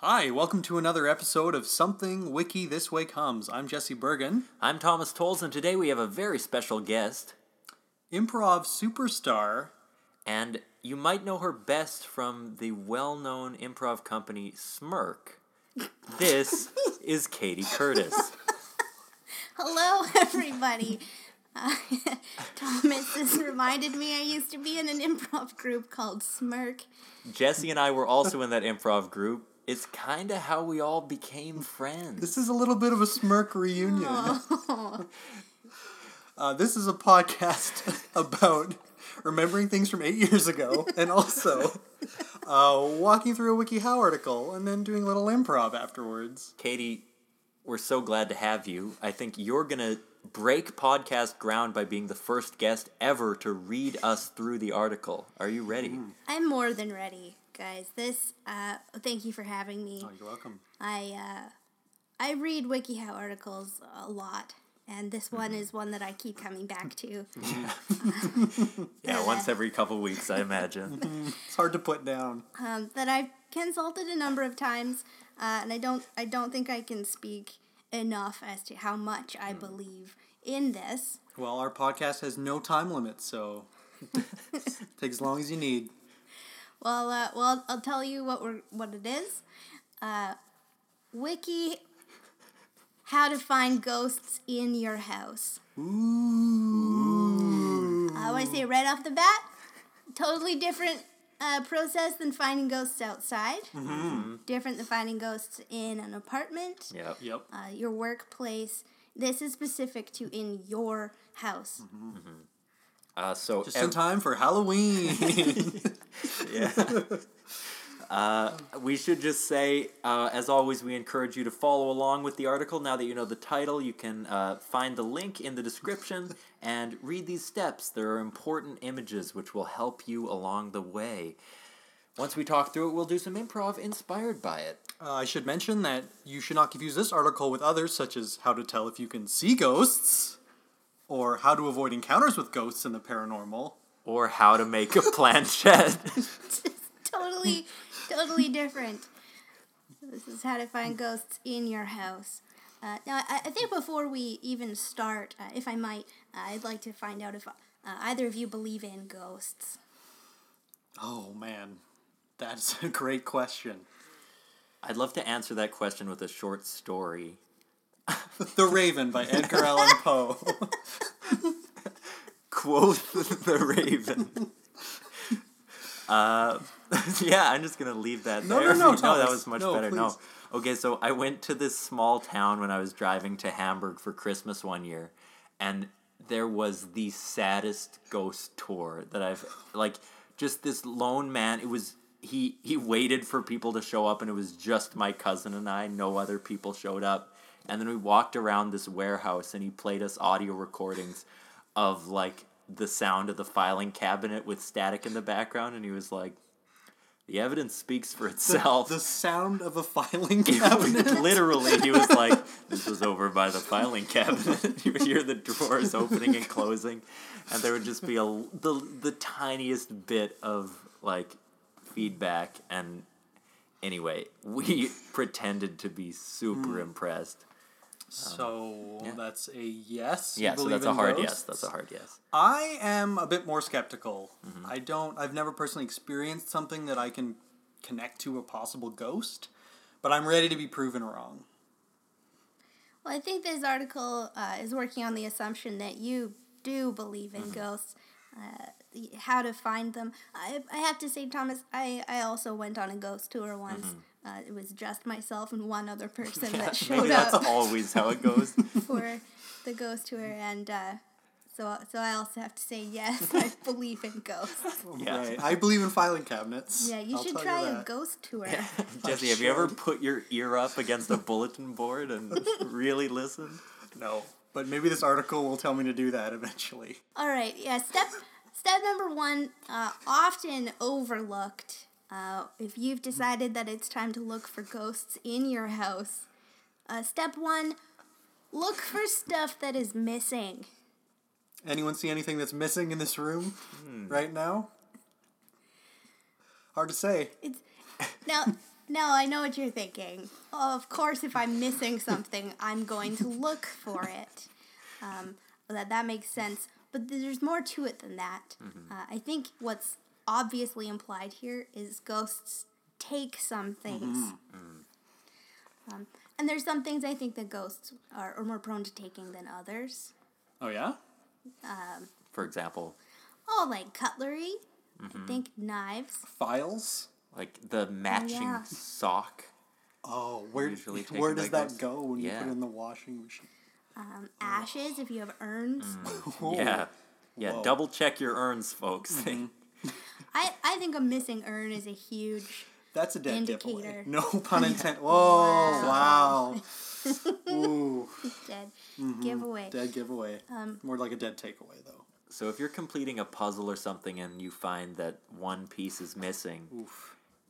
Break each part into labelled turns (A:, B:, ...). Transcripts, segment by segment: A: Hi, welcome to another episode of Something Wiki This Way Comes. I'm Jesse Bergen,
B: I'm Thomas Tolles, and today we have a very special guest,
A: improv superstar.
B: and you might know her best from the well known improv company Smirk. This is Katie Curtis.
C: Hello, everybody. Uh, Thomas has reminded me I used to be in an improv group called Smirk.
B: Jesse and I were also in that improv group. It's kind of how we all became friends.
A: This is a little bit of a smirk reunion. Uh, this is a podcast about remembering things from eight years ago and also uh, walking through a WikiHow article and then doing a little improv afterwards.
B: Katie, we're so glad to have you. I think you're going to break podcast ground by being the first guest ever to read us through the article. Are you ready?
C: I'm more than ready, guys. This, uh, thank you for having me.
A: Oh, you're welcome.
C: I, uh, I read WikiHow articles a lot, and this one is one that I keep coming back to.
B: Yeah, once every couple weeks, I imagine.
A: It's hard to put down.
C: um, that I've consulted a number of times, uh, and I don't I don't think I can speak enough as to how much I believe in this.
A: Well, our podcast has no time limit, so take as long as you need.
C: Well, uh, well, I'll tell you what we're what it is. Uh, Wiki, how to find ghosts in your house. Ooh. I want to say right off the bat, totally different uh, process than finding ghosts outside. Different than finding ghosts in an apartment.
B: Yep.
A: Yep.
C: uh, your workplace. This is specific to in your house.
B: Uh, so
A: Just in
B: ev-
A: time for Halloween.
B: Yeah. Uh, we should just say, uh, as always, we encourage you to follow along with the article. Now that you know the title, you can uh, find the link in the description and read these steps. There are important images which will help you along the way. Once we talk through it, we'll do some improv inspired by it.
A: Uh, I should mention that you should not confuse this article with others, such as how to tell if you can see ghosts, or how to avoid encounters with ghosts in the paranormal.
B: Or how to make a planchette.
C: Totally, totally different. This is how to find ghosts in your house. Uh, now, I, I think before we even start, uh, if I might, uh, I'd like to find out if uh, either of you believe in ghosts.
A: Oh man, that's a great question.
B: I'd love to answer that question with a short story.
A: The Raven by Edgar Allan Poe.
B: Quoth the Raven. uh, yeah, I'm just gonna leave that
A: No,
B: there.
A: no, no,
B: that
A: Thomas.
B: was much
A: No,
B: better.
A: please.
B: No. Okay, so I went to this small town when I was driving to Hamburg for Christmas one year, and there was the saddest ghost tour that I've like just this lone man. It was he he waited for people to show up and it was just my cousin and I, no other people showed up. And then we walked around this warehouse and he played us audio recordings of like the sound of the filing cabinet with static in the background and he was like the evidence speaks for itself.
A: the sound of a filing
B: It
A: cabinet.
B: was- Literally, he was like, "This was over by the filing cabinet." you would hear the drawers opening and closing, and there would just be a l- the the tiniest bit of like feedback. And anyway, we pretended to be super
A: Hmm.
B: impressed.
A: so that's a yes. you
B: Yeah, so
A: believe
B: that's a
A: in
B: hard yes.
A: ghosts?
B: That's a hard yes.
A: I am a bit more skeptical.
B: Mm-hmm.
A: I don't. I've never personally experienced something that I can connect to a possible ghost, but I'm ready to be proven wrong.
C: Well, I think this article uh, is working on the assumption that you do believe
B: Mm-hmm.
C: in ghosts. Uh, the- how to find them. I, I have to say, Thomas, I, I also went on a ghost tour once.
B: Mm-hmm.
C: Uh, it was just myself and one other person that
B: Maybe
A: Oh,
C: showed
B: that's
C: up
B: always how it goes.
C: for the ghost tour, and uh, so so I also have to say yes, I believe in ghosts.
B: Yeah.
A: Right. I believe in filing cabinets.
C: Yeah, you
A: I'll
C: should
A: tell
C: try a
A: that.
C: ghost tour.
B: Jesse, have you ever put your ear up against a bulletin board and really listened?
A: No, but maybe this article will tell me to do that eventually.
C: All right. Yeah. Step step number one, uh, often overlooked. Uh, if you've decided that it's time to look for ghosts in your house, uh, step one, look for stuff that is missing.
A: Anyone see anything that's missing in this room
B: Hmm.
A: right now? Hard to say.
C: Now, No, I know what you're thinking. Of course, if I'm missing something, I'm going to look for it. Um, that that makes sense. But there's more to it than that. Uh, I think what's obviously implied here is ghosts take some things. Mm. Um, and there's some things I think that ghosts are, are more prone to taking than others.
A: Oh yeah.
B: For example,
C: Oh, like cutlery. I think knives.
A: Files.
B: like the matching
C: yeah.
B: sock.
A: Oh, where
B: Usually taken
A: where does
B: by
A: that
B: ghosts.
A: go when you
B: Yeah.
A: put it in the washing machine?
C: Um, ashes, if you have urns.
A: Oh,
B: Yeah. Yeah,
A: Whoa. Mm-hmm.
B: double check your urns, folks.
C: I, I think a missing urn is a huge.
A: That's a dead giveaway.
C: Indicator.
A: No pun intended. Whoa! Wow.
C: Wow.
A: Ooh,
C: dead giveaway.
A: dead giveaway. More like a dead takeaway though.
B: so if you're completing a puzzle or something and you find that one piece is missing,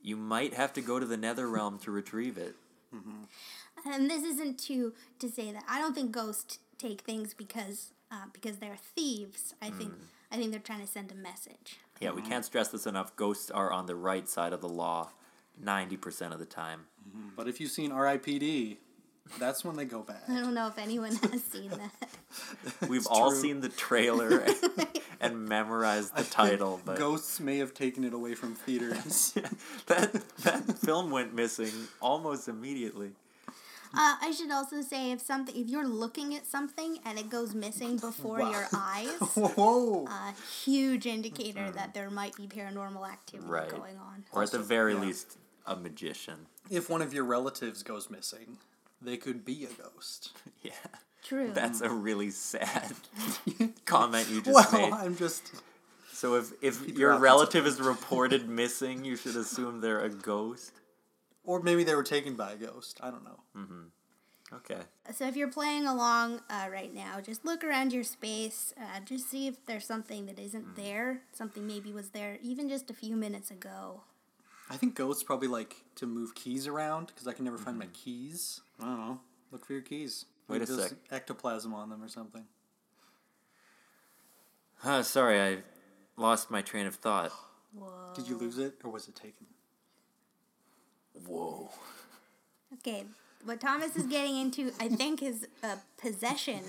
B: you might have to go to the nether realm to retrieve it.
C: And this isn't to to say that I don't think ghosts take things because uh, because they're thieves. I think I think they're trying to send a message.
B: Yeah,
A: Mm-hmm.
B: we can't stress this enough. Ghosts are on the right side of the law 90% of the time.
A: But if you've seen R.I.P.D., that's when they go bad.
C: I don't know if anyone has seen that.
B: We've all
A: true.
B: seen the trailer and, and memorized the title, but
A: Ghosts may have taken it away from theaters.
B: that, that film went missing almost immediately.
C: Uh, I should also say if something if you're looking at something and it goes missing before
A: Wow.
C: your eyes,
A: Whoa!
C: a huge indicator that there might be paranormal activity
B: Right.
C: going on.
B: Or at the very
A: yeah.
B: least, a magician.
A: if one of your relatives goes missing, they could be a ghost.
B: Yeah.
C: True.
B: That's a really sad comment you just
A: Well,
B: made.
A: I'm just.
B: So if, if
A: your
B: your
A: options
B: relative is reported missing, you should assume they're a ghost.
A: Or maybe they were taken by a ghost. I don't know.
B: Okay.
C: So if you're playing along uh, right now, just look around your space. Uh, just see if there's something that isn't there. Something maybe was there even just a few minutes ago.
A: I think ghosts probably like to move keys around because I can never find my keys. I don't know. Look for your keys.
B: Wait
A: Maybe
B: a
A: there's
B: sec.
A: Ectoplasm on them or something.
B: Uh, sorry, I lost my train of thought.
C: Whoa.
A: Did you lose it or was it taken?
B: Whoa.
C: Okay, what Thomas is getting into, I think, is uh, possession.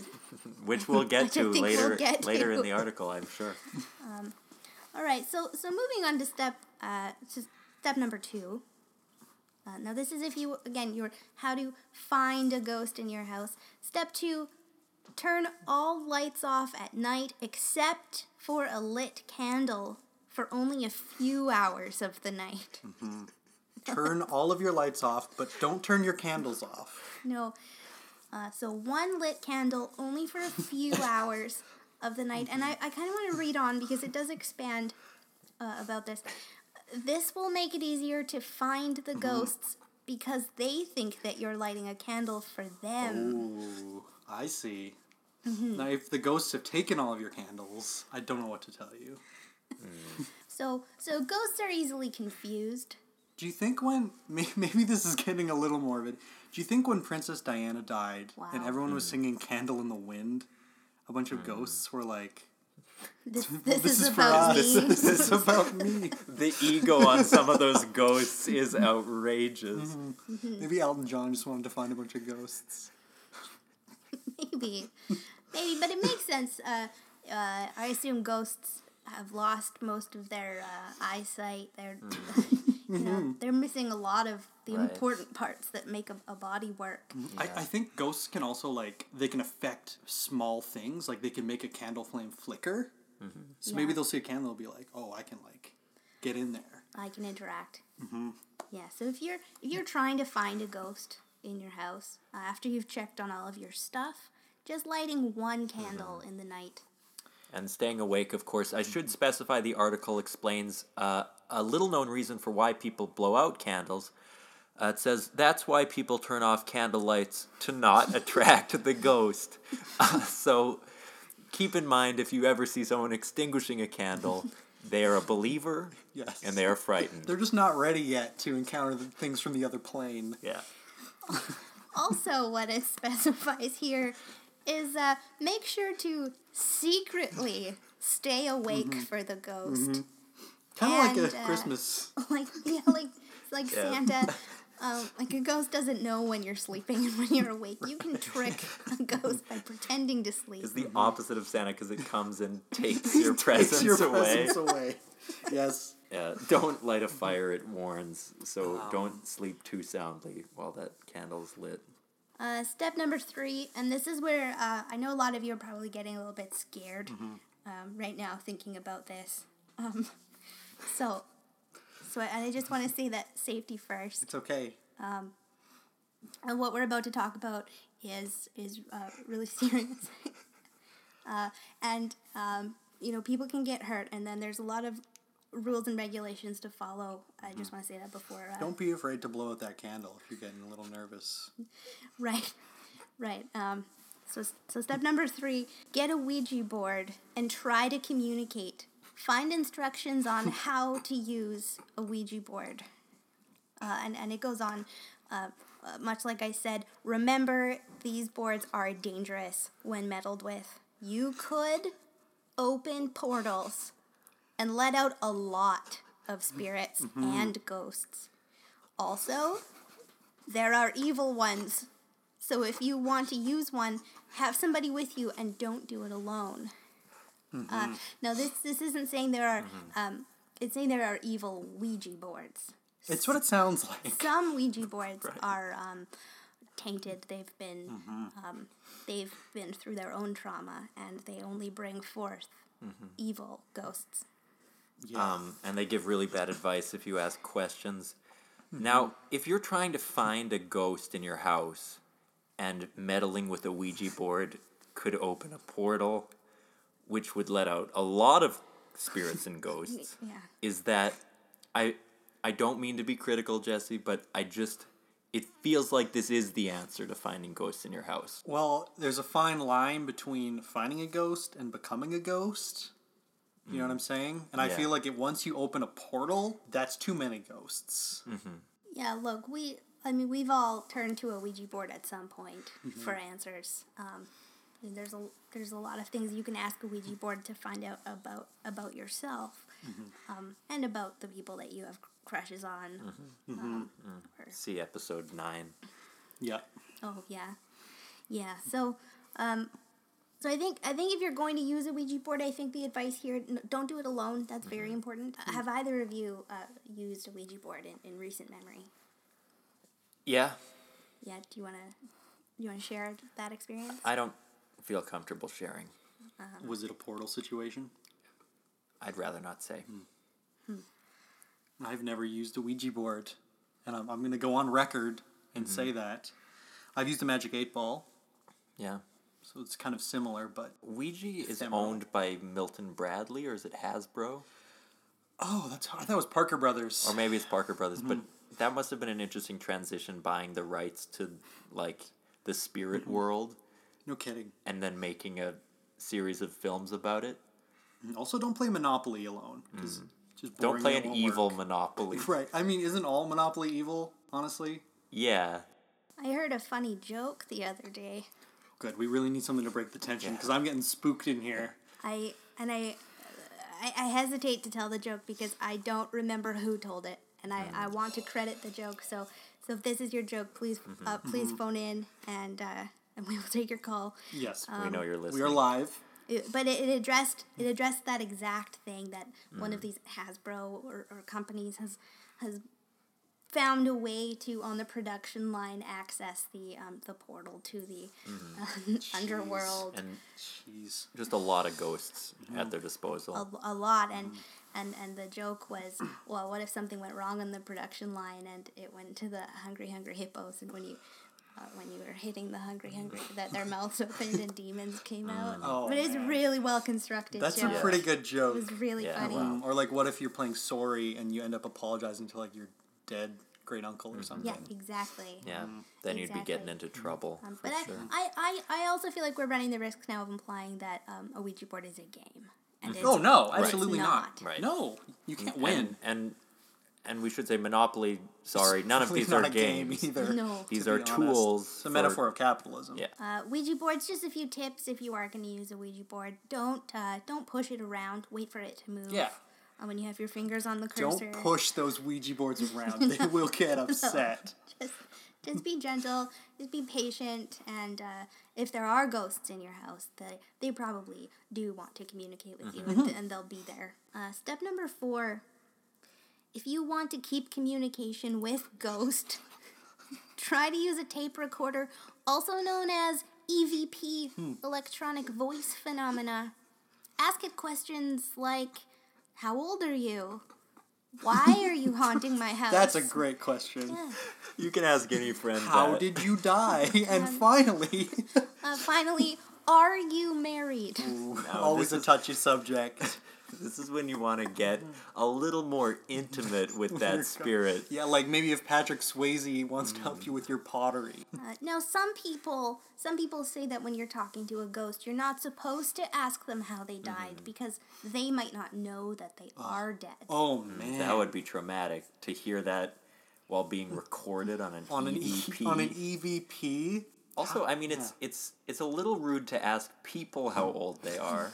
B: Which we'll get
C: Which I
B: to
C: think
B: later
C: we'll get
B: later in
C: to.
B: the article, I'm sure.
C: All right, so so moving on to step uh, to step number two. Uh, now this is if you again you're how to find a ghost in your house. Step two, turn all lights off at night except for a lit candle for only a few hours of the night.
A: Turn all of your lights off, but don't turn your candles off.
C: No. Uh, so one lit candle only for a few hours of the night. And I, I kind of want to read on because it does expand uh, about this. This will make it easier to find the
A: Mm-hmm.
C: ghosts because they think that you're lighting a candle for
A: Oh.
C: them.
A: Ooh, I see. Now, if the ghosts have taken all of your candles, I don't know what to tell you.
C: So, so ghosts are easily confused.
A: Do you think when may- maybe this is getting a little morbid? Do you think when Princess Diana died and
C: Wow.
A: everyone was singing "Candle in the Wind," a bunch of ghosts were like,
C: This, this,
A: "This
C: is,
A: is for
C: about
A: us.
C: me.
A: This is about me."
B: The ego on some of those ghosts is outrageous.
A: Maybe Elton John just wanted to find a bunch of ghosts.
C: Maybe. Maybe, but it makes sense. Uh, uh, I assume ghosts have lost most of their uh, eyesight. They're, you know, they're missing a lot of the
B: Right.
C: important parts that make a, a body work.
A: I, I think ghosts can also like they can affect small things. Like they can make a candle flame flicker. So maybe
C: Yeah.
A: they'll see a candle and be like, "Oh, I can like get in there."
C: I can interact. Yeah. So if you're if you're trying to find a ghost in your house uh, after you've checked on all of your stuff, just lighting one candle in the night.
B: and staying awake, of course. I should specify the article explains uh, a little known reason for why people blow out candles. Uh, it says that's why people turn off candle lights to not attract the ghost. Uh, so keep in mind if you ever see someone extinguishing a candle, they are a believer
A: Yes.
B: and they are frightened.
A: They're just not ready yet to encounter the things from the other plane.
B: yeah.
C: also what it specifies here is uh, make sure to secretly stay awake for the ghost
A: Kind of like
C: And,
A: a
C: uh,
A: Christmas
C: like yeah like like
B: Yeah.
C: santa Um, like a ghost doesn't know when you're sleeping and when you're awake. You can trick a ghost by pretending to sleep.
B: It's the opposite of Santa because it comes and takes your presence
A: your
B: away.
A: presence away. yes.
B: Yeah, don't light a fire, it warns. So don't sleep too soundly while that candle's lit.
C: Uh, step number three, and this is where uh, I know a lot of you are probably getting a little bit scared um, right now thinking about this. Um, so, so I, and I just want to say that safety first.
A: It's okay.
C: And what we're about to talk about is is uh, really serious. uh, and um, you know, people can get hurt, and then there's a lot of rules and regulations to follow. I just want to say that before. Uh,
A: Don't be afraid to blow out that candle if you're getting a little nervous.
C: Right, right. Um, so, so step number three: get a Ouija board and try to communicate. Find instructions on how to use a Ouija board, uh, and and it goes on. Uh, uh, much like I said, remember these boards are dangerous when meddled with. You could open portals and let out a lot of spirits and ghosts. Also, there are evil ones. So if you want to use one, have somebody with you and don't do it alone. Uh, now this this isn't saying there are um, it's saying there are evil Ouija boards.
A: It's what it sounds like.
C: Some Ouija boards are um, tainted. They've been um, they've been through their own trauma and they only bring forth evil ghosts.
A: Yeah.
B: um, and they give really bad advice if you ask questions. Now, if you're trying to find a ghost in your house and meddling with a Ouija board could open a portal, which would let out a lot of spirits and ghosts,
C: Yeah.
B: is that I I don't mean to be critical, Jesse, but I just it feels like this is the answer to finding ghosts in your house.
A: Well, there's a fine line between finding a ghost and becoming a ghost. You know what I'm saying? And I
B: Hmm. Yeah.
A: feel like it, once you open a portal, that's too many ghosts.
B: Hmm.
C: Yeah, look, we I mean we've all turned to a Ouija board at some point for answers. Um, I mean, there's a there's a lot of things you can ask a Ouija board to find out about about yourself, um, and about the people that you have crushes on. Um, or-
B: See episode nine.
A: Yeah.
C: Oh yeah, yeah. So, um, so I think I think if you're going to use a Ouija board, I think the advice here n- don't do it alone. That's very important. Have either of you uh, used a Ouija board in, in recent memory?
B: Yeah,
C: Yeah. Do you wanna do you wanna share that experience?
B: I don't feel comfortable sharing.
A: Was it a portal situation?
B: I'd rather not say.
A: Hmm. I've never used a Ouija board, and I'm, I'm going to go on record and
B: Mm-hmm.
A: say that. I've used a Magic 8 Ball,
B: Yeah.
A: so it's kind of similar, but.
B: Ouija is
A: Ephemeral.
B: owned by Milton Bradley, or is it Hasbro?
A: Oh, that's hard. I thought it was Parker Brothers.
B: Or maybe it's Parker Brothers, but
A: Mm-hmm.
B: that must have been an interesting transition buying the rights to like the spirit world
A: no kidding.
B: and then making a series of films about it.
A: Also, don't play Monopoly alone. 'cause it's just
B: Mm-hmm. Don't
A: boring
B: play
A: and it
B: an
A: won't work.
B: evil Monopoly.
A: Right. I mean, isn't all Monopoly evil, honestly?
B: Yeah.
C: I heard a funny joke the other day.
A: Good. We really need something to break the tension because I'm getting spooked in here.
C: I and I, I, I hesitate to tell the joke because I don't remember who told it, and I, I want to credit the joke. So so if this is your joke, please uh, please phone in and uh, and we will take your call.
A: Yes.
C: Um,
B: we know you're
A: we
B: listening.
A: are live.
C: It- but it, it addressed it addressed that exact thing that one of these Hasbro or, or companies has has found a way to on the production line access the um, the portal to the um, underworld.
B: and
A: Jeez.
B: just a lot of ghosts
A: Mm-hmm.
B: at their disposal.
C: a, a lot and
A: Mm.
C: and and the joke was well what if something went wrong on the production line and it went to the hungry hungry hippos and when you uh, when you were hitting the
A: Mm.
C: hungry hungry that their mouths opened and demons came out
A: Oh,
C: but it's
A: man.
C: really well constructed
A: That's
C: joke.
A: a pretty good
C: it
A: joke.
C: was really
B: Yeah,
C: funny
B: wow.
A: Mm, Or like, what if you're playing sorry and you end up apologizing to like your dead great uncle
B: Mm-hmm.
A: or something?
C: yeah exactly
B: yeah.
A: Mm-hmm.
B: Then you'd be getting
C: exactly.
B: into trouble.
C: um,
B: for
C: but I,
B: sure.
C: I, I, I also feel like we're running the risk now of implying that um, a Ouija board is a game. And it's,
A: Oh no!
B: Right.
A: Absolutely not.
C: Not.
B: Right.
A: No, you can't
B: And-
A: win.
B: And, and we should say Monopoly, sorry, none of
A: It's
B: these are
A: not a game
B: games.
A: either.
C: No.
B: These
A: to
B: are
A: be honest.
B: tools.
A: It's a
B: for-
A: metaphor of capitalism.
B: Yeah.
C: Uh, Ouija boards, just a few tips if you are going to use a Ouija board. Don't uh, don't push it around. Wait for it to move.
A: Yeah.
C: uh, when you have your fingers on the cursor.
A: Don't push those Ouija boards around. They will get upset.
C: just just be gentle just be patient and uh, if there are ghosts in your house they, they probably do want to communicate with you
A: Mm-hmm.
C: and, and they'll be there uh, step number four if you want to keep communication with ghost try to use a tape recorder also known as evp
A: Hmm.
C: electronic voice phenomena ask it questions like how old are you why are you haunting my house
A: That's a great question.
B: You can ask any friend.
A: How
B: that.
A: did you die? And
B: Um,
A: finally,
C: Uh, finally, are you married? Uh,
A: always
B: this
A: a
B: is-
A: touchy subject.
B: This is when you want to get
A: Mm.
B: a little more intimate with that spirit.
A: Yeah, like maybe if Patrick Swayze wants to
B: Hmm.
A: help you with your pottery.
C: Uh, now, some people, some people say that when you're talking to a ghost, you're not supposed to ask them how they died because they might not know that they are dead.
A: Mm-hmm. Oh man.
B: Hmm, That would be traumatic to hear that while being recorded on an
A: on an E-
B: EVP.
A: on an EVP.
B: also, I mean, it's it's it's a little rude to ask people
A: Mm.
B: how old they are,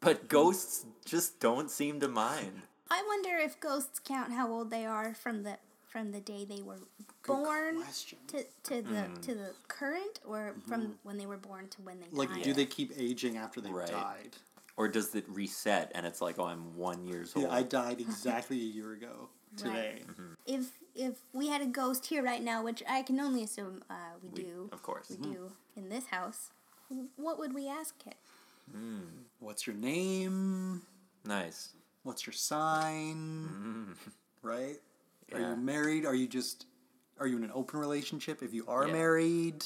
B: but ghosts just don't seem to mind.
C: I wonder if ghosts count how old they are from the from the day they were born
A: question. Hmm. Mm-hmm.
C: to, to the to the current, or from when they were born to when they
A: Like,
C: died.
A: do they keep aging after they've
B: Right.
A: died?
B: Or does it reset and it's like, oh, I'm one years old?
A: Yeah, I died exactly a year ago today.
B: Mm-hmm.
C: if if we had a ghost here right now, which I can only assume uh, we,
B: We-
C: do,
B: of course.
A: Mm-hmm.
C: we do in this house, w- what would we ask it?
A: What's your name?
B: Nice.
A: What's your sign? Right? Are
B: Mm. Yeah.
A: you married? Are you just are you in an open relationship? If you are
B: Yeah.
A: married,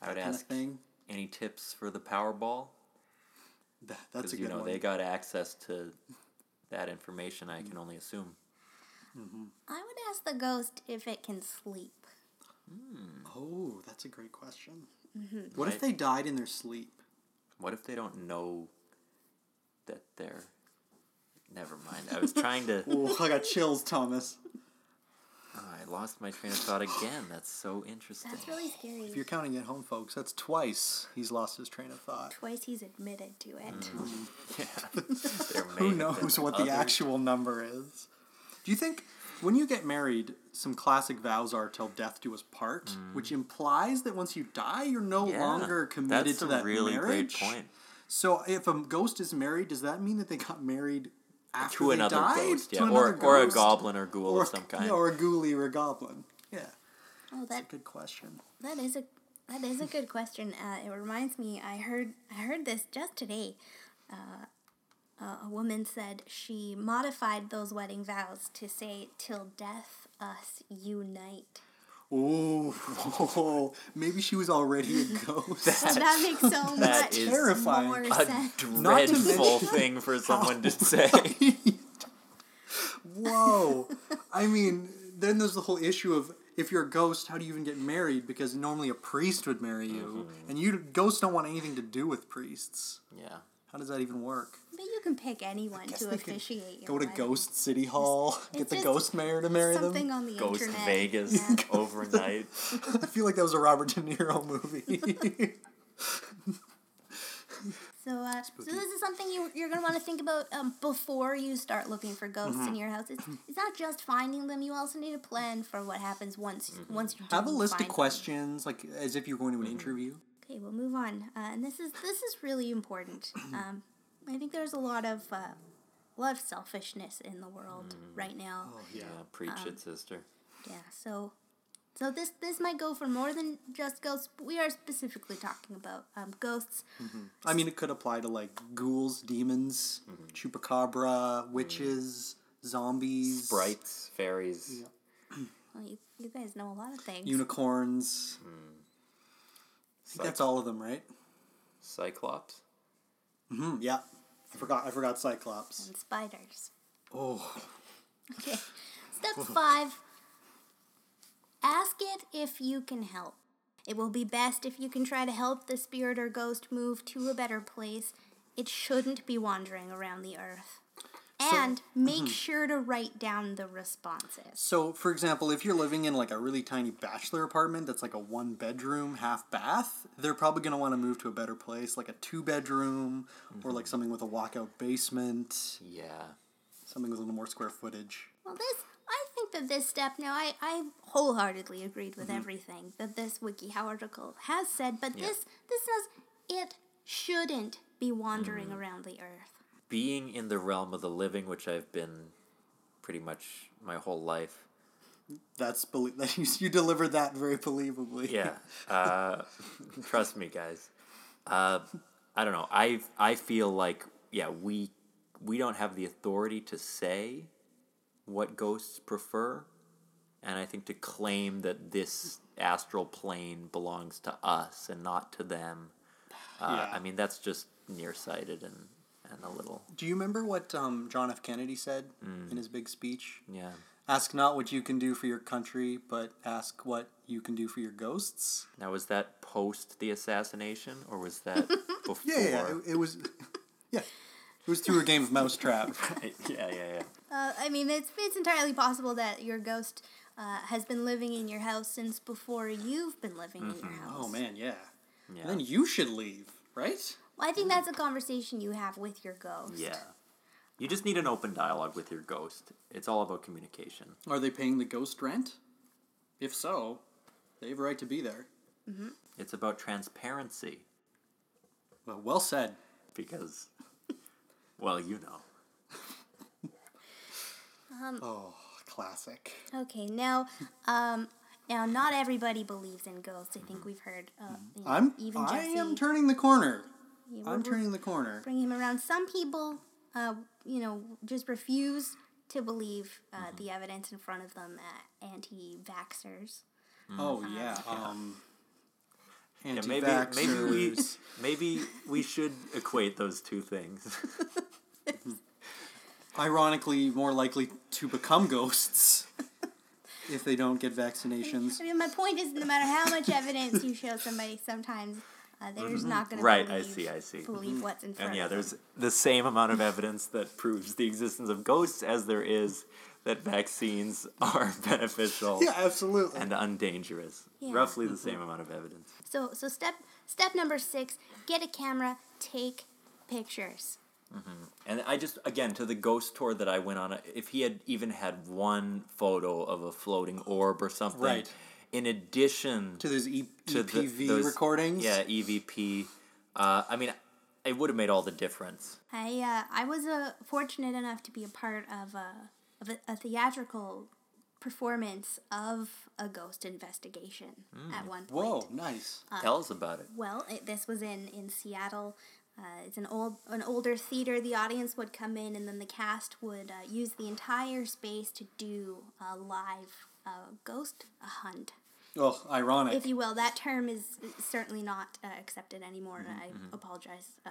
B: I would
A: kind of
B: ask
A: thing.
B: any tips for the Powerball
A: That, that's
B: because
A: a
B: you
A: good
B: know
A: one.
B: they got access to that information. I can only assume.
C: I would ask the ghost if it can sleep.
A: Oh, that's a great question. What if they died in their sleep?
B: What if they don't know that they're. Never mind. I was trying to. oh,
A: Oh, I got chills, Thomas.
B: I lost my train of thought again. That's so interesting.
C: That's really
A: If you're
C: scary.
A: counting at home, folks, that's twice he's lost his train of thought.
C: Twice he's admitted to it.
A: Mm.
B: There may
A: Who
B: have
A: knows
B: been
A: what the
B: other-
A: actual number is? Do you think when you get married, some classic vows are till death do us part, which implies that once you die, you're no
B: Mm. Yeah,
A: longer committed
B: that's
A: to
B: a
A: that
B: really
A: marriage.
B: great point.
A: So if a ghost is married, does that mean that they got married after
B: To
A: they
B: another
A: died?
B: ghost,
A: To
B: yeah.
A: another
B: or, or a
A: ghost?
B: goblin or ghoul
A: or,
B: of some kind.
A: yeah, or a ghoulie or a goblin. Yeah,
C: Oh, that
A: good question.
C: that is a that is a good question. Uh, it reminds me. I heard I heard this just today. Uh, a- a woman said she modified those wedding vows to say "till death us unite."
A: Oh, maybe she was already a ghost.
C: So that makes so
B: that
C: much
B: is
A: terrifying.
C: more
B: a
C: sense.
A: Not to
B: dreadful
A: mention-
B: thing for someone to say.
A: Whoa. I mean, then there's the whole issue of if you're a ghost, how do you even get married? Because normally a priest would marry you,
B: Mm-hmm.
A: and you ghosts don't want anything to do with priests.
B: yeah.
A: How does that even work?
C: But you can pick anyone to
A: they could
C: officiate. Your
A: Go to
C: wedding.
A: ghost city hall, get the
C: just
A: ghost mayor to marry
C: Something
A: them.
C: on the
B: Ghost
C: internet.
B: Vegas
C: Yeah.
B: overnight.
A: I feel like that was a Robert De Niro movie.
C: So, uh, so this is something you, you're going to want to think about um, before you start looking for ghosts in your house. It's, it's not just finding them. You also need a plan for what happens once once you do
A: Have a list
C: find
A: of
C: them.
A: questions, like as if you're going to
B: Mm-hmm.
A: an interview.
C: Okay, we'll move on. Uh, and this is this is really important. Um, I think there's a lot of uh, a lot of selfishness in the world right now.
B: Yeah, preach
C: Um,
B: it, sister.
C: Yeah. So, so this this might go for more than just ghosts. but We are specifically talking about um, ghosts.
A: I mean, it could apply to like ghouls, demons,
B: Mm-hmm.
A: chupacabra, witches, zombies,
B: Mm. Sprites, fairies.
C: Well, you, you guys know a lot of things.
A: unicorns.
B: Mm.
A: I think
B: Cyclops.
A: that's all of them, right?
B: Cyclops.
A: Mm, yeah. I forgot. I forgot Cyclops.
C: and spiders.
A: Oh,
C: Okay. Step five ask it if you can help. It will be best if you can try to help the spirit or ghost move to a better place. It shouldn't be wandering around the earth. And make sure to write down the responses.
A: so for example, if you're living in like a really tiny bachelor apartment that's like a one bedroom, half bath, they're probably gonna want to move to a
B: Mm-hmm.
A: better place, like a two bedroom or like something with a walkout basement.
B: Yeah.
A: Something with a little more square footage.
C: Well, this I think that this step now I I wholeheartedly agreed
A: Mm-hmm.
C: with everything that this WikiHow article has said, but
B: Yeah.
C: this this says it shouldn't be wandering
A: Mm-hmm.
C: around the earth.
B: Being in the realm of the living, which I've been pretty much my whole life,
A: That's belie- that you, you delivered that very believably.
B: Yeah. Uh, trust me, guys. Uh, I don't know. I I feel like yeah we we don't have the authority to say what ghosts prefer, and I think to claim that this astral plane belongs to us and not to them. Uh,
A: Yeah.
B: I mean that's just nearsighted and and a little
A: Do you remember what um, John F. Kennedy said in his big speech?
B: yeah
A: Ask not what you can do for your country, but ask what you can do for your ghosts.
B: now was that post the assassination or was that before
A: Yeah, yeah, yeah. It, it was. Yeah, it was through a game of mousetrap.
B: yeah yeah yeah
C: Uh, I mean, it's it's entirely possible that your ghost uh, has been living in your house since before you've been living in your house.
A: oh man, yeah.
B: yeah
A: And then you should leave, right?
C: Well, I think
A: Mm-hmm.
C: that's a conversation you have with your ghost.
B: Yeah. You just need an open dialogue with your ghost. It's all about communication.
A: Are they paying the ghost rent? If so, they have a right to be there.
B: It's about transparency
A: Well, well said.
B: because, well, you know.
A: Oh, classic.
C: Okay, now, um, now not everybody believes in ghosts. I think we've heard. Uh, you
A: Mm-hmm.
C: know,
A: I'm.
C: even
A: I
C: Jesse.
A: am turning the corner.
C: you know,
A: I'm
C: we're-
A: turning the corner.
C: bring him around. Some people, uh, you know, just refuse to believe uh,
B: Mm-hmm.
C: the evidence in front of them. Uh, anti-vaxxers.
A: Oh yeah. Um.
B: Yeah,
A: anti
B: maybe
A: vaxxers
B: maybe we maybe we should equate those two things.
A: ironically more likely to become ghosts if they don't get vaccinations.
C: I mean, my point is, no matter how much evidence you show somebody, sometimes uh, they're just not going to
B: Right, I
C: Believe,
B: see, I see. Mm-hmm.
C: Believe what's in front.
B: and yeah,
C: of them.
B: there's the same amount of evidence that proves the existence of ghosts as there is that vaccines are beneficial
A: absolutely.
B: and undangerous.
C: Yeah.
B: Roughly the same amount of evidence.
C: So so step step number six: get a camera, take pictures.
B: And I just again to the ghost tour that I went on, if he had even had one photo of a floating orb or something,
A: Right.
B: In addition
A: to those e-
B: to the-
A: EPV
B: those-
A: recordings.
B: yeah, EVP. Uh, I mean, it would have made all the difference.
C: I uh, I was uh, fortunate enough to be a part of a of a, a theatrical performance of a ghost investigation at one point.
A: Whoa, nice.
C: Uh,
B: Tell us about it.
C: Well, it, this was in in Seattle. Uh, it's an old an older theater. The audience would come in, and then the cast would uh, use the entire space to do a live uh, ghost hunt,
A: Oh, ironic.
C: if you will. That term is certainly not uh, accepted anymore. and I apologize. Uh,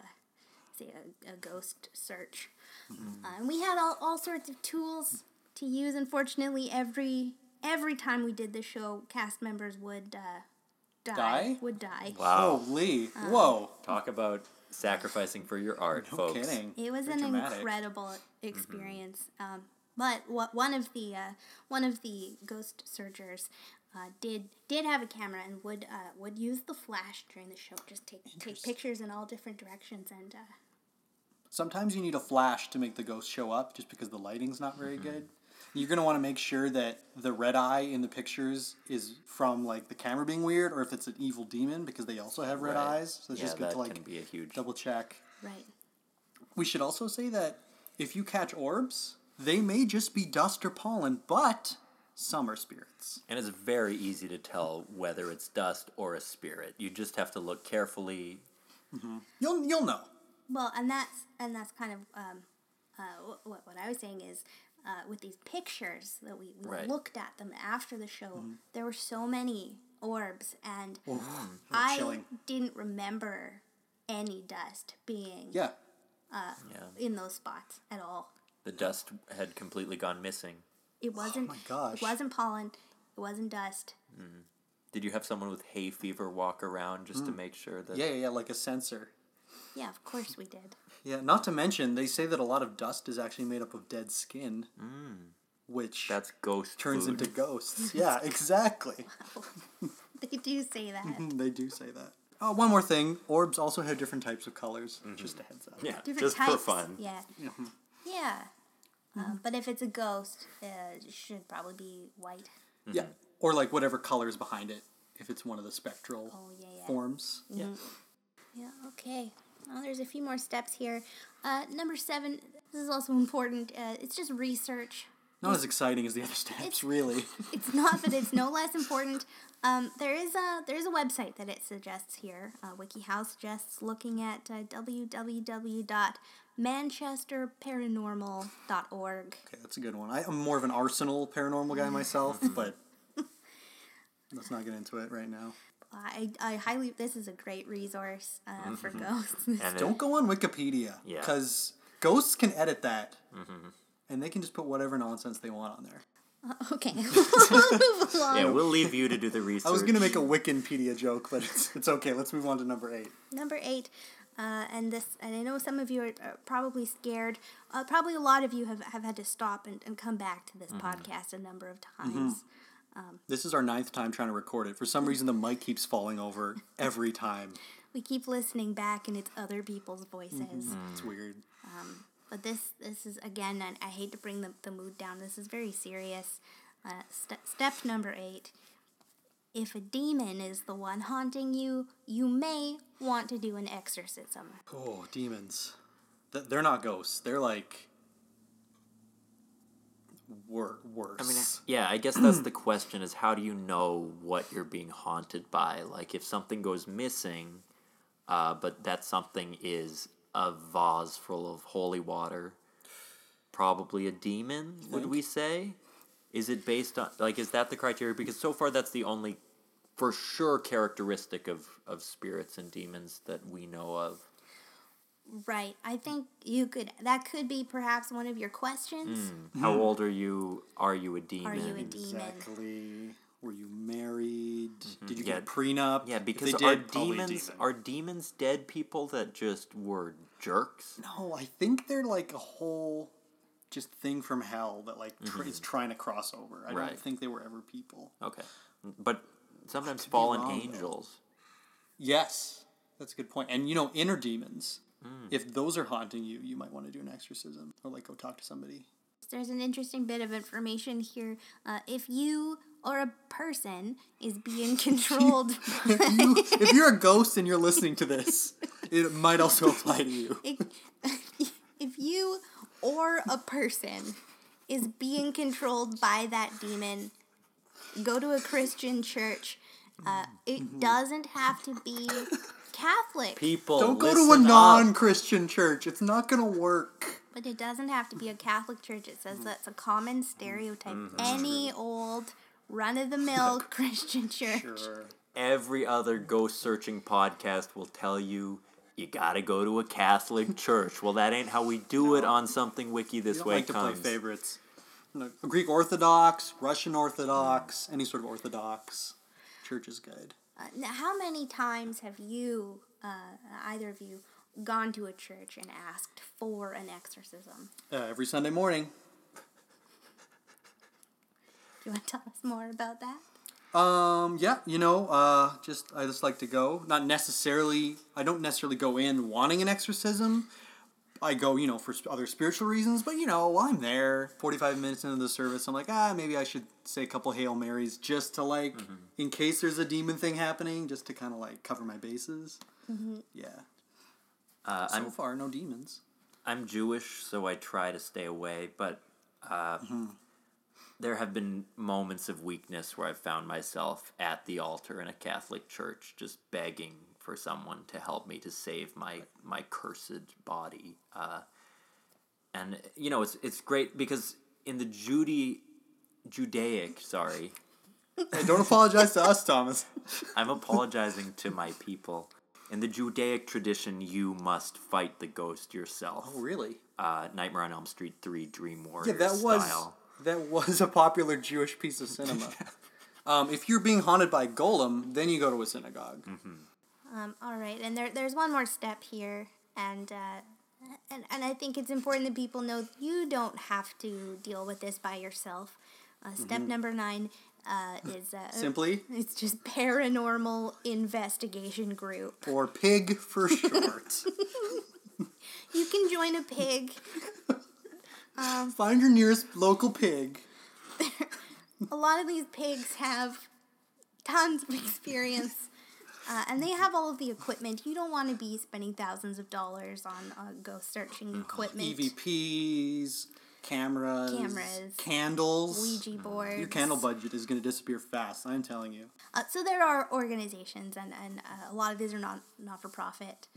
C: say a, a ghost search, Uh, and we had all, all sorts of tools to use. Unfortunately, every every time we did the show, cast members would uh, die,
A: Die?
C: Would die.
B: Wow.
A: Holy.
C: Uh,
A: Whoa.
B: Talk about sacrificing for your art,
A: No
B: folks.
A: kidding.
C: It was
A: Very
C: an
A: dramatic. Mm-hmm.
C: incredible experience. Um, but what one of the uh, one of the ghost searchers uh, did did have a camera and would uh, would use the flash during the show, just take take pictures in all different directions and. Uh,
A: Sometimes you need a flash to make the ghost show up just because the lighting's not very
B: Mm-hmm.
A: good. You're going to want to make sure that the red eye in the pictures is from like the camera being weird or if it's an evil demon because they also have red
B: Right.
A: eyes. So it's
B: yeah,
A: just good
B: that
A: to like
B: can be a huge.
A: double check.
C: right.
A: We should also say that if you catch orbs, they may just be dust or pollen, but some are spirits.
B: And it's very easy to tell whether it's dust or a spirit. You just have to look carefully.
A: You'll you'll know.
C: Well, and that's and that's kind of um, uh, wh- what what I was saying is uh, with these pictures that we, we
B: Right.
C: looked at them after the show,
A: Mm-hmm.
C: there were so many orbs, and
A: That's
C: I
A: Mm-hmm. chilling.
C: didn't remember any dust being
A: Yeah.
B: Yeah.
C: in those spots at all.
B: The dust had completely gone missing.
C: It wasn't.
A: Oh my gosh.
C: It wasn't pollen. It wasn't dust.
B: Did you have someone with hay fever walk around just to
A: Hmm.
B: make sure that?
A: Yeah, yeah, yeah, like a sensor.
C: Yeah, of course we did.
A: Yeah, not to mention they say that a lot of dust is actually made up of dead skin, which
B: Mm. That's ghost
A: turns
B: food.
A: into ghosts. yeah, exactly.
C: They do say that.
A: they do say that. Oh, one more thing. Orbs also have different types of colors. Just a heads up. Mm-hmm.
B: Mm-hmm. yeah,
C: Different
B: just
C: types.
B: for fun.
C: Yeah. Yeah. Um, but if it's a ghost, uh, it should probably be white.
B: Mm-hmm.
A: Yeah. Or like whatever color is behind it, if it's one of the spectral
C: Oh, yeah, yeah.
A: forms.
B: Yeah.
C: Yeah, okay. Well, there's a few more steps here. Uh, number seven, this is also important. Uh, it's just research.
A: Not as exciting as the other steps, really.
C: It's not, but it's no less important. Um, there is a there is a website that it suggests here. Uh, WikiHow suggests looking at uh, www.manchesterparanormal.org.
A: Okay, that's a good one. I, am more of an arsenal paranormal guy myself,
B: Mm-hmm.
A: but let's not get into it right now.
C: I, I highly this is a great resource uh, for ghosts.
B: And it-
A: Don't go on Wikipedia
B: Yeah. Mm-hmm.
A: because ghosts can edit that, and they can just put whatever nonsense they want on there.
C: okay, we'll move along.
B: yeah, we'll leave you to do the research.
A: I was gonna make a Wikipedia joke, but it's, it's okay. Let's move on to number eight.
C: Number eight, uh, and this, and I know some of you are, are probably scared. Uh, probably a lot of you have, have had to stop and, and come back to this podcast a number of times.
A: This is our ninth time trying to record it. For some reason, the mic keeps falling over every time.
C: We keep listening back, and it's other people's voices.
B: Mm.
A: It's weird.
C: But this, this is again, I, I hate to bring the, the mood down. This is very serious. Uh, ste- step number eight. If a demon is the one haunting you, you may want to do an exorcism.
A: Oh, demons. Th- they're not ghosts. They're like wor- worse.
B: I mean, yeah, I guess that's the question: is how do you know what you're being haunted by? Like, if something goes missing, uh, but that something is a vase full of holy water, probably a demon. Would we say? Is it based on like is that the criteria? Because so far, that's the only for sure characteristic of of spirits and demons that we know of.
C: Right. I think you could. That could be perhaps one of your questions.
B: How old are you? Are you a demon?
C: Are you a demon?
A: exactly. Were you married? Did you
B: Mm-hmm. Yeah.
A: get a prenup?
B: Yeah,
A: If
B: because
A: they
B: are
A: did, probably a
B: demons
A: demon.
B: are demons dead people that just were jerks?
A: No, I think they're like a whole just thing from hell that like tr- is trying to cross over. I
B: Mm-hmm. Right.
A: don't think they were ever people.
B: Okay, but sometimes
A: be
B: fallen
A: wrong, though.
B: angels.
A: Yes, that's a good point. And you know, inner demons.
B: Mm.
A: If those are haunting you, you might want to do an exorcism or like go talk to somebody.
C: There's an interesting bit of information here. Uh, if you or a person is being controlled,
A: If, you, if you're a ghost and you're listening to this, it might also apply to you.
C: if, if you or a person is being controlled by that demon, go to a Christian church. Uh, it doesn't have to be Catholic.
B: People
A: Don't go to a
B: listen
A: non
B: up.
A: Christian church. It's not going to work.
C: But it doesn't have to be a Catholic church. It says that's a common stereotype. Any old run of the mill Christian church.
B: Every other ghost searching podcast will tell you you gotta go to a Catholic church. Well, that ain't how we do it on something wiki. This
A: We don't
B: way
A: like to play
B: comes.
A: favorites. No, Greek Orthodox, Russian Orthodox,
B: Mm.
A: any sort of Orthodox church is good.
C: Uh, now, how many times have you, uh, either of you, gone to a church and asked for an exorcism?
A: Uh, every Sunday morning.
C: Do you want to tell us more about that?
A: Um, yeah, you know, uh, just I just like to go. Not necessarily. I don't necessarily go in wanting an exorcism. I go, you know, for sp- other spiritual reasons. But you know, while I'm there, forty five minutes into the service, I'm like, ah, maybe I should say a couple hail marys just to like,
B: Mm-hmm.
A: in case there's a demon thing happening, just to kind of like cover my bases. Yeah.
B: Uh,
A: So
B: I'm
A: far, no demons.
B: I'm Jewish, so I try to stay away, but uh, there have been moments of weakness where I've found myself at the altar in a Catholic church just begging for someone to help me to save my, my cursed body. Uh, and, you know, it's, it's great because in the Judy, Judaic, sorry,
A: Hey, don't apologize to us, Thomas.
B: I'm apologizing to my people. In the Judaic tradition, you must fight the ghost yourself
A: really?
B: uh, Nightmare on Elm Street three Dream Warrior
A: Yeah, that was
B: style.
A: that was a popular Jewish piece of cinema. um, if you're being haunted by Golem, then you go to a synagogue.
C: Um, all right, and there, there's one more step here, and, uh, and and I think it's important that people know you don't have to deal with this by yourself. Uh, step number nine uh, is uh,
A: Simply
C: It's just paranormal investigation group.
A: or pig for short.
C: You can join a pig.
A: Find your nearest local pig.
C: a lot of these pigs have tons of experience. Uh, and they have all of the equipment. You don't want to be spending thousands of dollars on uh, ghost searching
A: E
C: equipment,
A: EVPs, E cameras,
C: Cameras.
A: candles.
C: Ouija boards.
A: Your candle budget is going to disappear fast. I'm telling you.
C: Uh, so there are organizations, and, and uh, a lot of these are not not for profit.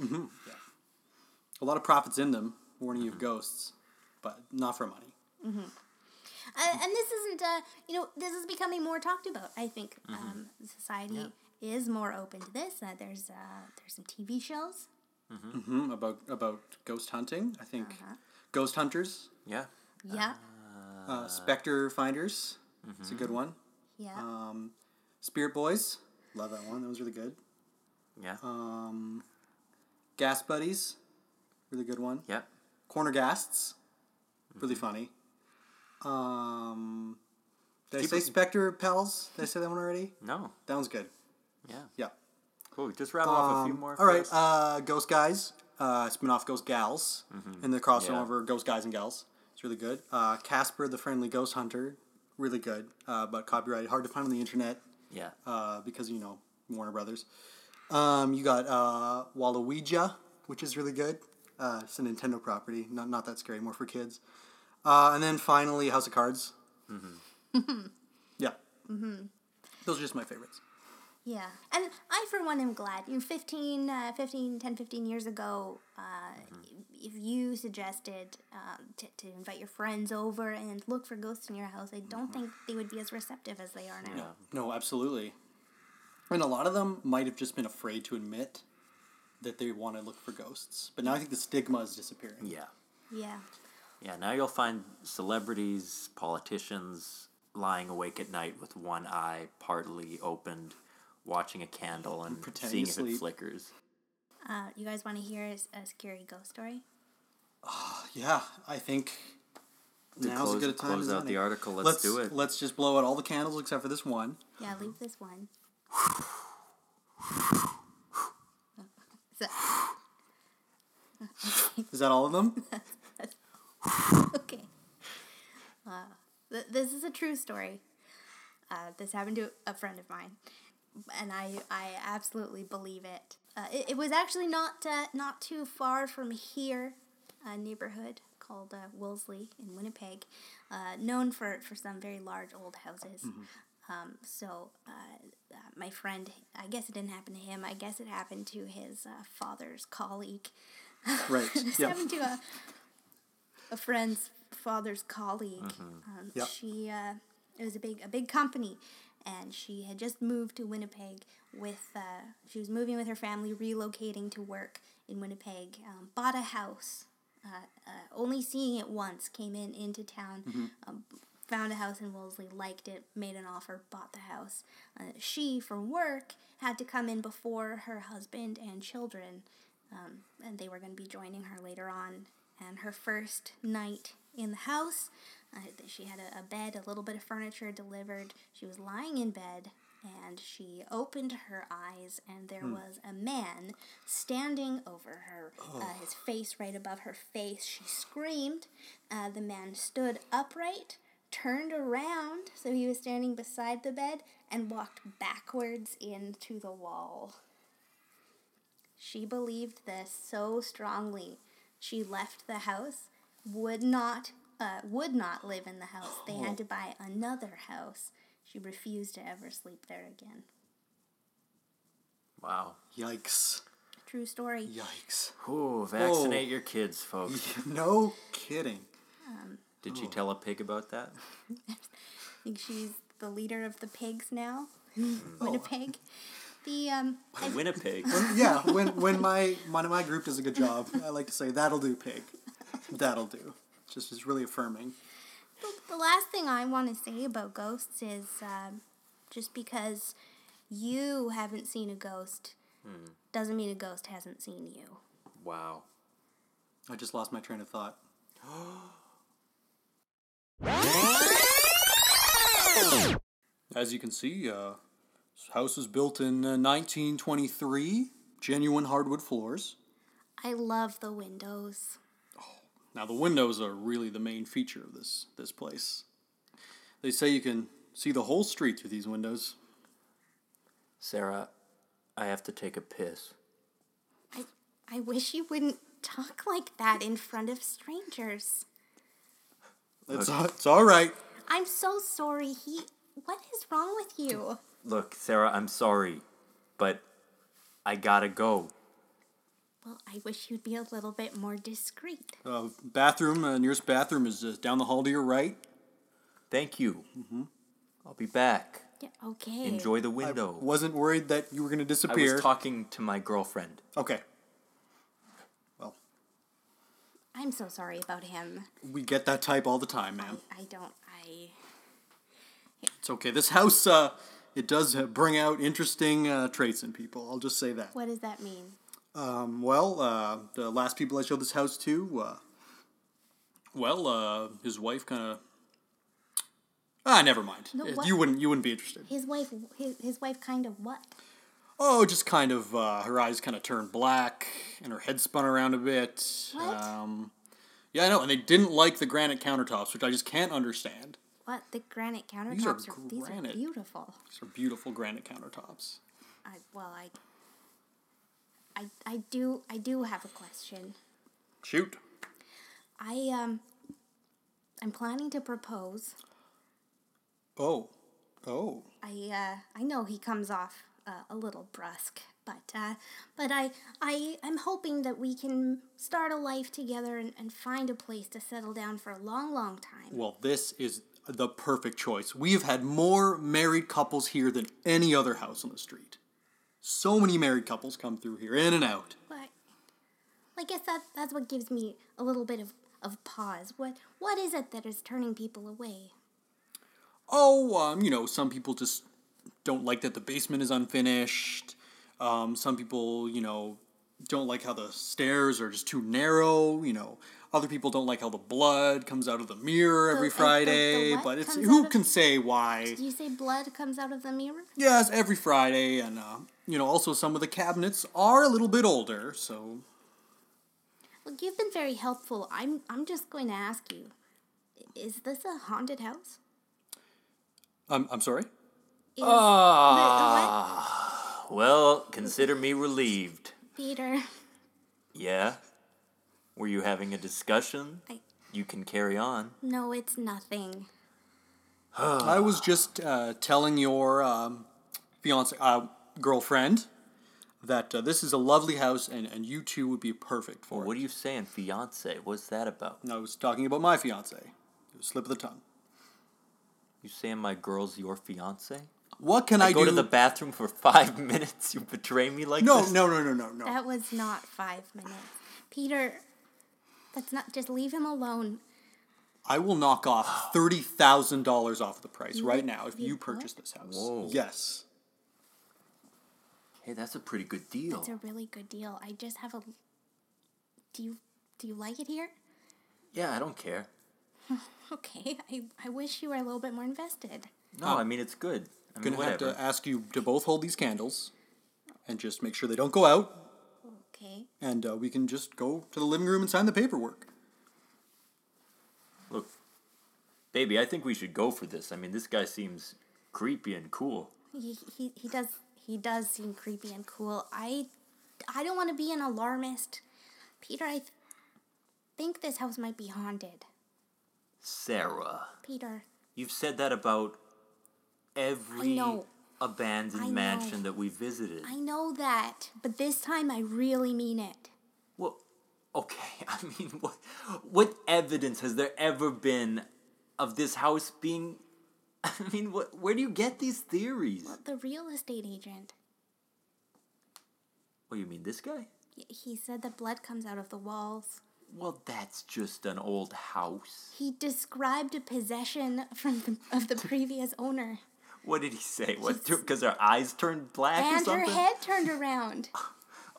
A: A lot of profits in them, warning you of ghosts, but not for money.
C: and, and this isn't uh, you know this is becoming more talked about i think um, society is more open to this uh, there's uh, there's some tv shows
A: hmm about about ghost hunting. I think
C: Uh-huh.
A: ghost hunters,
B: Yeah.
C: yeah
A: uh, mm-hmm. specter finders. It's a good one.
C: yeah
A: Spirit boys, love that one. That was really good.
B: Yeah.
A: uh, Gas buddies, really good one.
B: yeah.
A: Corner gasts, really funny. Um, did
B: Keep
A: I say
B: it-
A: specter pals? Did I say that one already?
B: No.
A: That one's good.
B: Yeah.
A: Yeah.
B: Cool. Just rattle off a few
A: Um,
B: more.
A: all right.
B: first.
A: Uh, ghost guys, uh, spin off Ghost Gals, and the crossover Ghost Guys and Gals. It's really good. Uh, Casper the Friendly Ghost Hunter, really good, uh, but copyrighted, hard to find on the internet
B: yeah.
A: uh, because you know Warner Brothers. Um, you got uh, Waluigi, which is really good. Uh, it's a Nintendo property, not not that scary, more for kids. Uh, and then finally, House of Cards. Mm-hmm. yeah. Mm-hmm. Those are just my favorites.
C: yeah and i for one am glad you know, 15, uh, 15 10 15 years ago uh, if you suggested um, t- to invite your friends over and look for ghosts in your house i don't think they would be as receptive as they are now
A: No, absolutely. And a lot of them might have just been afraid to admit that they want to look for ghosts. But now I think the stigma is disappearing.
B: Yeah.
C: yeah
B: Yeah. Now you'll find celebrities, politicians lying awake at night with one eye partly opened, watching a candle and
A: Pretend
B: seeing
A: to
B: if
A: sleep.
B: it flickers.
C: uh, you guys want to hear a, a scary ghost story
A: Yeah, I think
B: To
A: now's
B: close,
A: a good time.
B: close
A: as
B: out the
A: any.
B: article, let's,
A: let's
B: do it.
A: Let's just blow out all the candles except for this one.
C: Yeah, leave this one. So-
A: Is that all of them?
C: okay. Uh, th- this is a true story. Uh, this happened to a friend of mine, and I, I absolutely believe it. Uh, it, it was actually not uh, not too far from here, a neighborhood called uh, Wolseley in Winnipeg, uh, known for, for some very large old houses. Um, so uh, uh, my friend, I guess it didn't happen to him. I guess it happened to his uh, father's colleague.
A: right.
C: This
A: Yeah.
C: happened to a, a friend's father's colleague. Um,
A: Mm-hmm. Yep.
C: She uh, it was a big a big company, and she had just moved to Winnipeg with uh, she was moving with her family, relocating to work in Winnipeg. Um, bought a house, uh, uh, only seeing it once. Came in into town.
A: Mm-hmm.
C: Um, Found a house in Wellesley, liked it, made an offer, bought the house. Uh, she, from work, had to come in before her husband and children and they were going to be joining her later on. And her first night in the house, uh, th- she had a, a bed, a little bit of furniture delivered. She was lying in bed and she opened her eyes, and there was a man standing over her, uh, his face right above her face. She screamed. Uh, the man stood upright, turned around, so he was standing beside the bed, and walked backwards into the wall. She believed this so strongly, she left the house. Would not, uh, would not live in the house. They had to buy another house. She refused to ever sleep there again.
B: Wow.
A: Yikes.
C: True story.
A: Yikes.
B: Oh, vaccinate your kids, folks.
A: No kidding.
B: Did she tell a pig about that?
C: I think she's the leader of the pigs now.
A: Oh.
C: Winnipeg. The um,
B: The Winnipeg.
A: Yeah, when when my when my group does a good job, I like to say that'll do, pig. That'll do. Just is really affirming.
C: The last thing I want to say about ghosts is um, just because you haven't seen a ghost doesn't mean a ghost hasn't seen you.
B: Wow.
A: I just lost my train of thought. As you can see, uh, this house was built in uh, 1923, genuine hardwood floors.
C: I love the windows.
A: Now the windows are really the main feature of this this place. They say you can see the whole street through these windows.
B: Sarah, I have to take a piss.
C: I, I wish you wouldn't talk like that in front of strangers.
A: It's, all- it's all right.
C: I'm so sorry. He. What is wrong with you?
B: Look, Sarah, I'm sorry, but I gotta go.
C: Well, I wish you'd be a little bit more discreet.
A: Uh, bathroom, uh, nearest bathroom is uh, down the hall to your right.
B: Thank you. I'll be back.
C: Yeah, okay.
B: Enjoy the
A: Mm-hmm. I
B: window.
A: wasn't worried that you were going to
B: I
A: disappear.
B: was talking to my girlfriend.
A: okay. Well,
C: I'm so sorry about him.
A: we get that type all the time, man.
C: I don't. I.
A: It's okay. This house, uh, it does uh, bring out interesting uh, traits in people. I'll just say that.
C: What does that mean?
A: Um, well, uh, the last people I showed this house to, uh, well, uh, his wife kind of. Ah, never mind.
C: No,
A: Uh,
C: what-
A: you wouldn't. You wouldn't be interested.
C: His wife. His, his wife kind of what?
A: Oh, just kind of. Uh, her eyes kind of turned black, and her head spun around a bit.
C: What?
A: Um, yeah, I know. And they didn't like the granite countertops, which I just can't understand.
C: What the granite countertops
A: are
C: these
A: granite.
C: are beautiful.
A: These are beautiful granite countertops.
C: I well I. I I do I do have a question.
A: Shoot.
C: I um. I'm planning to propose.
A: Oh. Oh.
C: I uh, I know he comes off uh, a little brusque, but uh, but I I I'm hoping that we can start a life together and, and find a place to settle down for a long, long time.
A: Well, this is the perfect choice. We have had more married couples here than any other house on the street. So many married couples come through here, in and out.
C: But I guess that that's what gives me a little bit of, of pause. What what is it that is turning people away?
A: Oh, um, you know, some people just don't like that the basement is unfinished. Um, some people, you know, don't like how the stairs are just too narrow. You know, other people don't like how the blood comes out of the mirror every
C: The- uh, the- the
A: Friday.
C: what
A: but it's
C: comes out
A: who
C: of-
A: can say why?
C: Do you say blood comes out of the mirror?
A: Yes, every Friday, and uh, you know, also some of the cabinets are a little bit older, so
C: Look, you've been very helpful. I'm I'm just going to ask you, i- is this a haunted house?
A: um, I'm I'm sorry.
C: Is the- the
B: Ah,
C: what?
B: well, consider me relieved.
C: Peter,
B: Yeah? Were you having a discussion?
C: I
B: You can carry on.
C: no, it's nothing.
A: I was just uh, telling your um, fiance uh, girlfriend that uh, this is a lovely house, and and you two would be perfect for
B: What
A: it.
B: are you saying, fiance? What's that about?
A: And I was talking about my fiance. It was slip of the tongue.
B: You saying my girl's your fiance?
A: What can I,
B: Go
A: do?
B: to the bathroom for five minutes. You betray me like
A: no,
B: this.
A: no, no, no, no, no.
C: That was not five minutes. Peter, that's not. Just leave him alone.
A: I will knock off thirty thousand dollars off the price right now if
C: you
A: you
C: what?
A: purchase this house.
B: Whoa.
A: Yes.
B: Hey, that's a pretty good deal.
C: It's a really good deal. I just have a. Do you do you like it here?
B: Yeah, I don't care.
C: Okay, I, I wish you were a little bit more invested.
B: No, I mean it's good. I mean
A: Oh. Gonna have
B: whatever.
A: to ask you to both hold these candles, and just make sure they don't go out.
C: Okay.
A: and uh, we can just go to the living room and sign the paperwork.
B: Look, baby, I think we should go for this. I mean, this guy seems creepy and cool.
C: He, he, he does he does seem creepy and cool. I I don't want to be an alarmist. Peter, I th- think this house might be haunted.
B: Sarah,
C: Peter,
B: you've said that about every
C: know.
B: abandoned
C: I know.
B: mansion that we visited.
C: I know that, but this time I really mean it.
B: Well, okay. I mean, what what evidence has there ever been of this house being? I mean, what? Where do you get these theories? What
C: The real estate agent.
B: do Oh, you mean, this guy?
C: Y- He said that blood comes out of the walls.
B: Well, that's just an old house.
C: He described a possession from the, of the previous owner,
B: What did he say? What? Because her eyes turned black or
C: and her
B: something.
C: head turned around.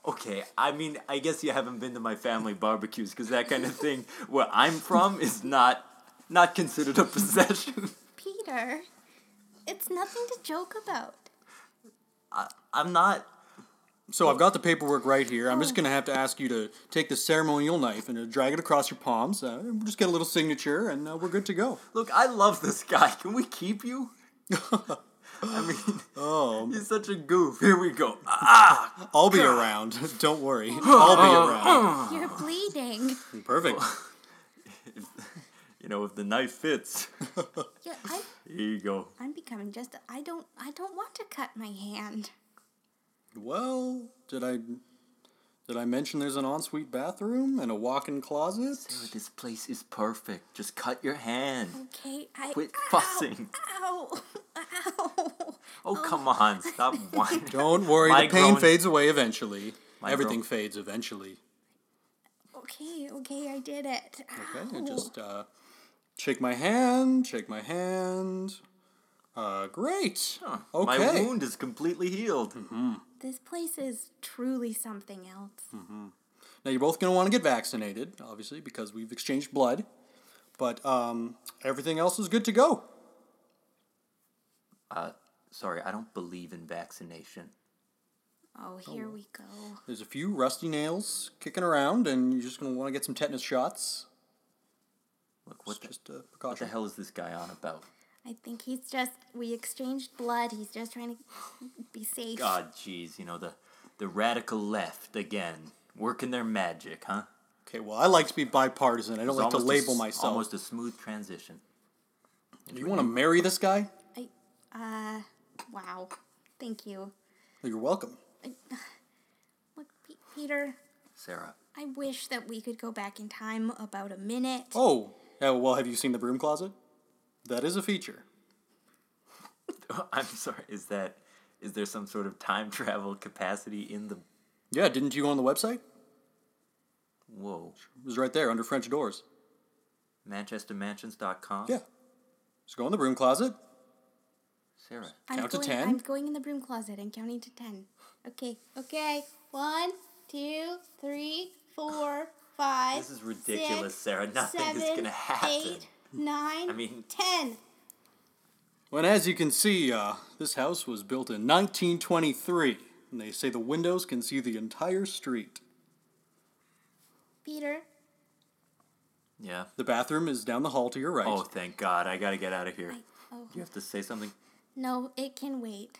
B: Okay, I mean, I guess you haven't been to my family barbecues because that kind of thing where I'm from is not not considered a possession.
C: Peter, it's nothing to joke about.
B: I'm not
A: So I've got the paperwork right here. I'm just gonna have to ask you to take the ceremonial knife and uh, drag it across your palms. Uh, we'll just get a little signature, and uh, we're good to go.
B: Look, I love this guy. Can we keep you? I mean,
A: Oh,
B: he's such a goof. Here we go. Ah!
A: I'll be around. Don't worry, I'll be around.
C: You're bleeding.
A: Perfect.
B: You know, if the knife fits,
C: Yeah, I'm,
B: here you go.
C: I'm becoming just. I don't. I don't want to cut my hand.
A: Well, did I did I mention there's an ensuite bathroom and a walk-in closet?
B: Dude, this place is perfect. Just cut your hand.
C: Okay, I.
B: Quit
C: ow,
B: fussing.
C: Ow! Ow!
B: Oh, come on. Stop whining.
A: Don't worry,
B: My
A: the pain
B: groans-
A: fades away eventually.
B: My
A: Everything
B: groan-
A: fades eventually.
C: Okay, okay, I did it.
A: Okay, I
C: Ow.
B: Oh.
A: just uh, shake my hand, shake my hand. Uh, great.
B: Huh.
A: Okay.
B: My wound is completely healed.
C: This place is truly something else.
A: Now you're both gonna want to get vaccinated, obviously, because we've exchanged blood. But um, everything else is good to go.
B: Sorry, I don't believe in vaccination.
C: Oh, here we go.
A: There's a few rusty nails kicking around, and you're just gonna want to get some tetanus shots.
B: Look, what, the,
A: Just a
B: what the
A: precaution.
B: hell is this guy on about?
C: I think he's just. We exchanged blood. He's just trying to be safe.
B: God, jeez, you know, the, the radical left again, working their magic, huh?
A: Okay, well, I like to be bipartisan. I don't
B: It's
A: like to
B: almost a
A: label
B: s-
A: myself.
B: Almost a smooth transition.
A: Do you want to marry this guy?
C: I. Uh. Wow. Thank you.
A: Well, You're welcome.
C: Look, Pe- Peter.
B: Sarah,
C: I wish that we could go back in time about a minute.
A: Oh, yeah, well, have you seen the broom closet? That is a feature.
B: I'm sorry. Is that is there some sort of time travel capacity in the?
A: Yeah, didn't you go on the website?
B: Whoa,
A: It was right there under French doors.
B: ManchesterMansions.com.
A: Yeah. Just go in the broom closet.
B: Sarah,
C: I'm
A: Count to
C: going,
A: 10.
C: I'm going in the broom closet and counting to ten. Okay, okay. One, two, three, four, five.
B: this is ridiculous,
C: six,
B: Sarah. Nothing is
C: seven,
B: gonna happen.
C: Eight, nine,
B: I mean-
C: ten.
A: Well, and as you can see, uh, this house was built in 1923, and they say the windows can see the entire street.
C: Peter,
B: Yeah.
A: The bathroom is down the hall to your right.
B: Oh, thank God! I gotta get out of here.
C: I, oh,
B: You have to say something.
C: no, it can wait.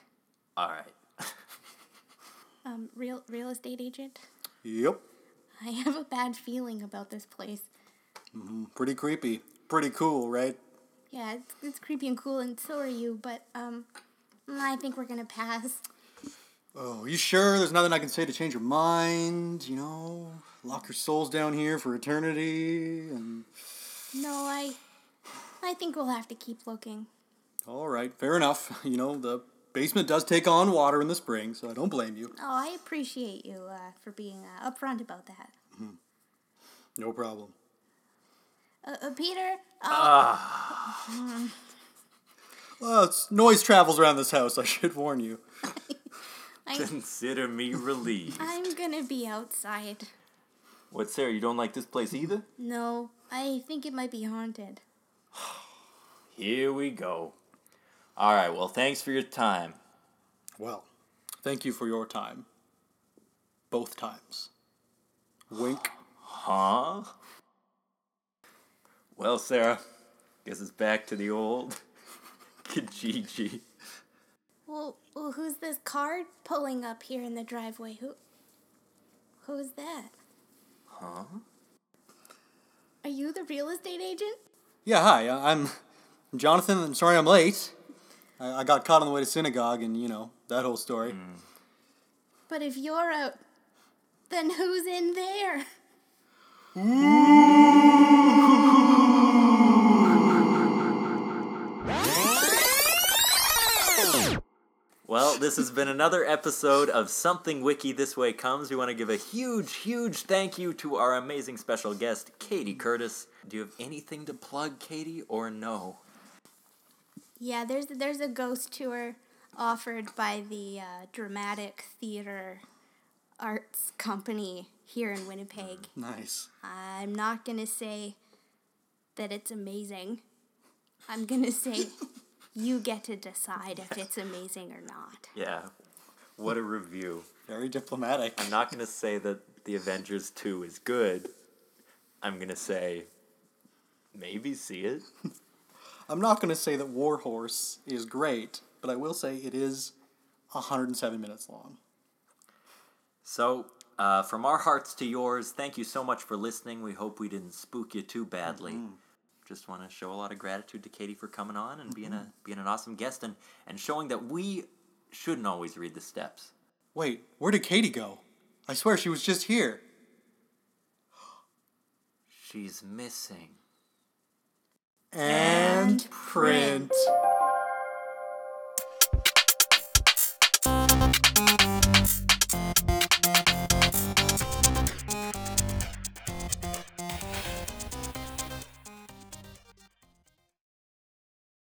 B: All right.
C: Um, real real estate agent,
A: Yep.
C: I have a bad feeling about this place.
A: Pretty creepy. Pretty cool, right?
C: Yeah, it's, it's creepy and cool, and so are you. But um, I think we're gonna pass.
A: Oh, you sure? There's nothing I can say to change your mind, you know? Lock your souls down here for eternity, and.
C: No, I, I think we'll have to keep looking.
A: All right, fair enough. You know, the basement does take on water in the spring, so I don't blame you.
C: Oh, I appreciate you uh, for being uh, upfront about that.
A: No problem.
C: Uh, uh, Peter, uh,
A: Well, it's, noise travels around this house, I should warn you.
C: I,
B: Consider me relieved.
C: I'm gonna be outside.
B: What, Sarah? You don't like this place either?
C: No, I think it might be haunted.
B: Here we go. All right. Well, thanks for your time.
A: Well, thank you for your time. Both times. Wink.
B: Huh? Well, Sarah, guess it's back to the old Kijiji.
C: Well, well, who's this car pulling up here in the driveway? Who, who's that?
B: Huh?
C: Are you the real estate agent?
A: Yeah, hi, I- I'm Jonathan. I'm sorry I'm late. I, I got caught on the way to synagogue, and you know, that whole story.
C: But if you're out, then who's in there?
B: Well, this has been another episode of Something Wiki This Way Comes. We want to give a huge, huge thank you to our amazing special guest, Katie Curtis. Do you have anything to plug, Katie, or no?
C: Yeah, there's there's a ghost tour offered by the uh, Dramatic Theater Arts Company here in Winnipeg.
A: Nice.
C: I'm not gonna say that it's amazing. I'm gonna say you get to decide if it's amazing or not.
B: Yeah. What a review.
A: Very diplomatic.
B: I'm not going to say that The Avengers 2 is good. I'm going to say maybe see it.
A: I'm not going to say that Warhorse is great, but I will say it is 107 minutes long.
B: So, uh, from our hearts to yours, thank you so much for listening. We hope we didn't spook you too badly. Just want to show a lot of gratitude to Katie for coming on and being a being an awesome guest and and showing that we shouldn't always read the steps.
A: Wait, where did Katie go? I swear she was just here.
B: She's missing.
A: And,
C: And
A: print.
C: print.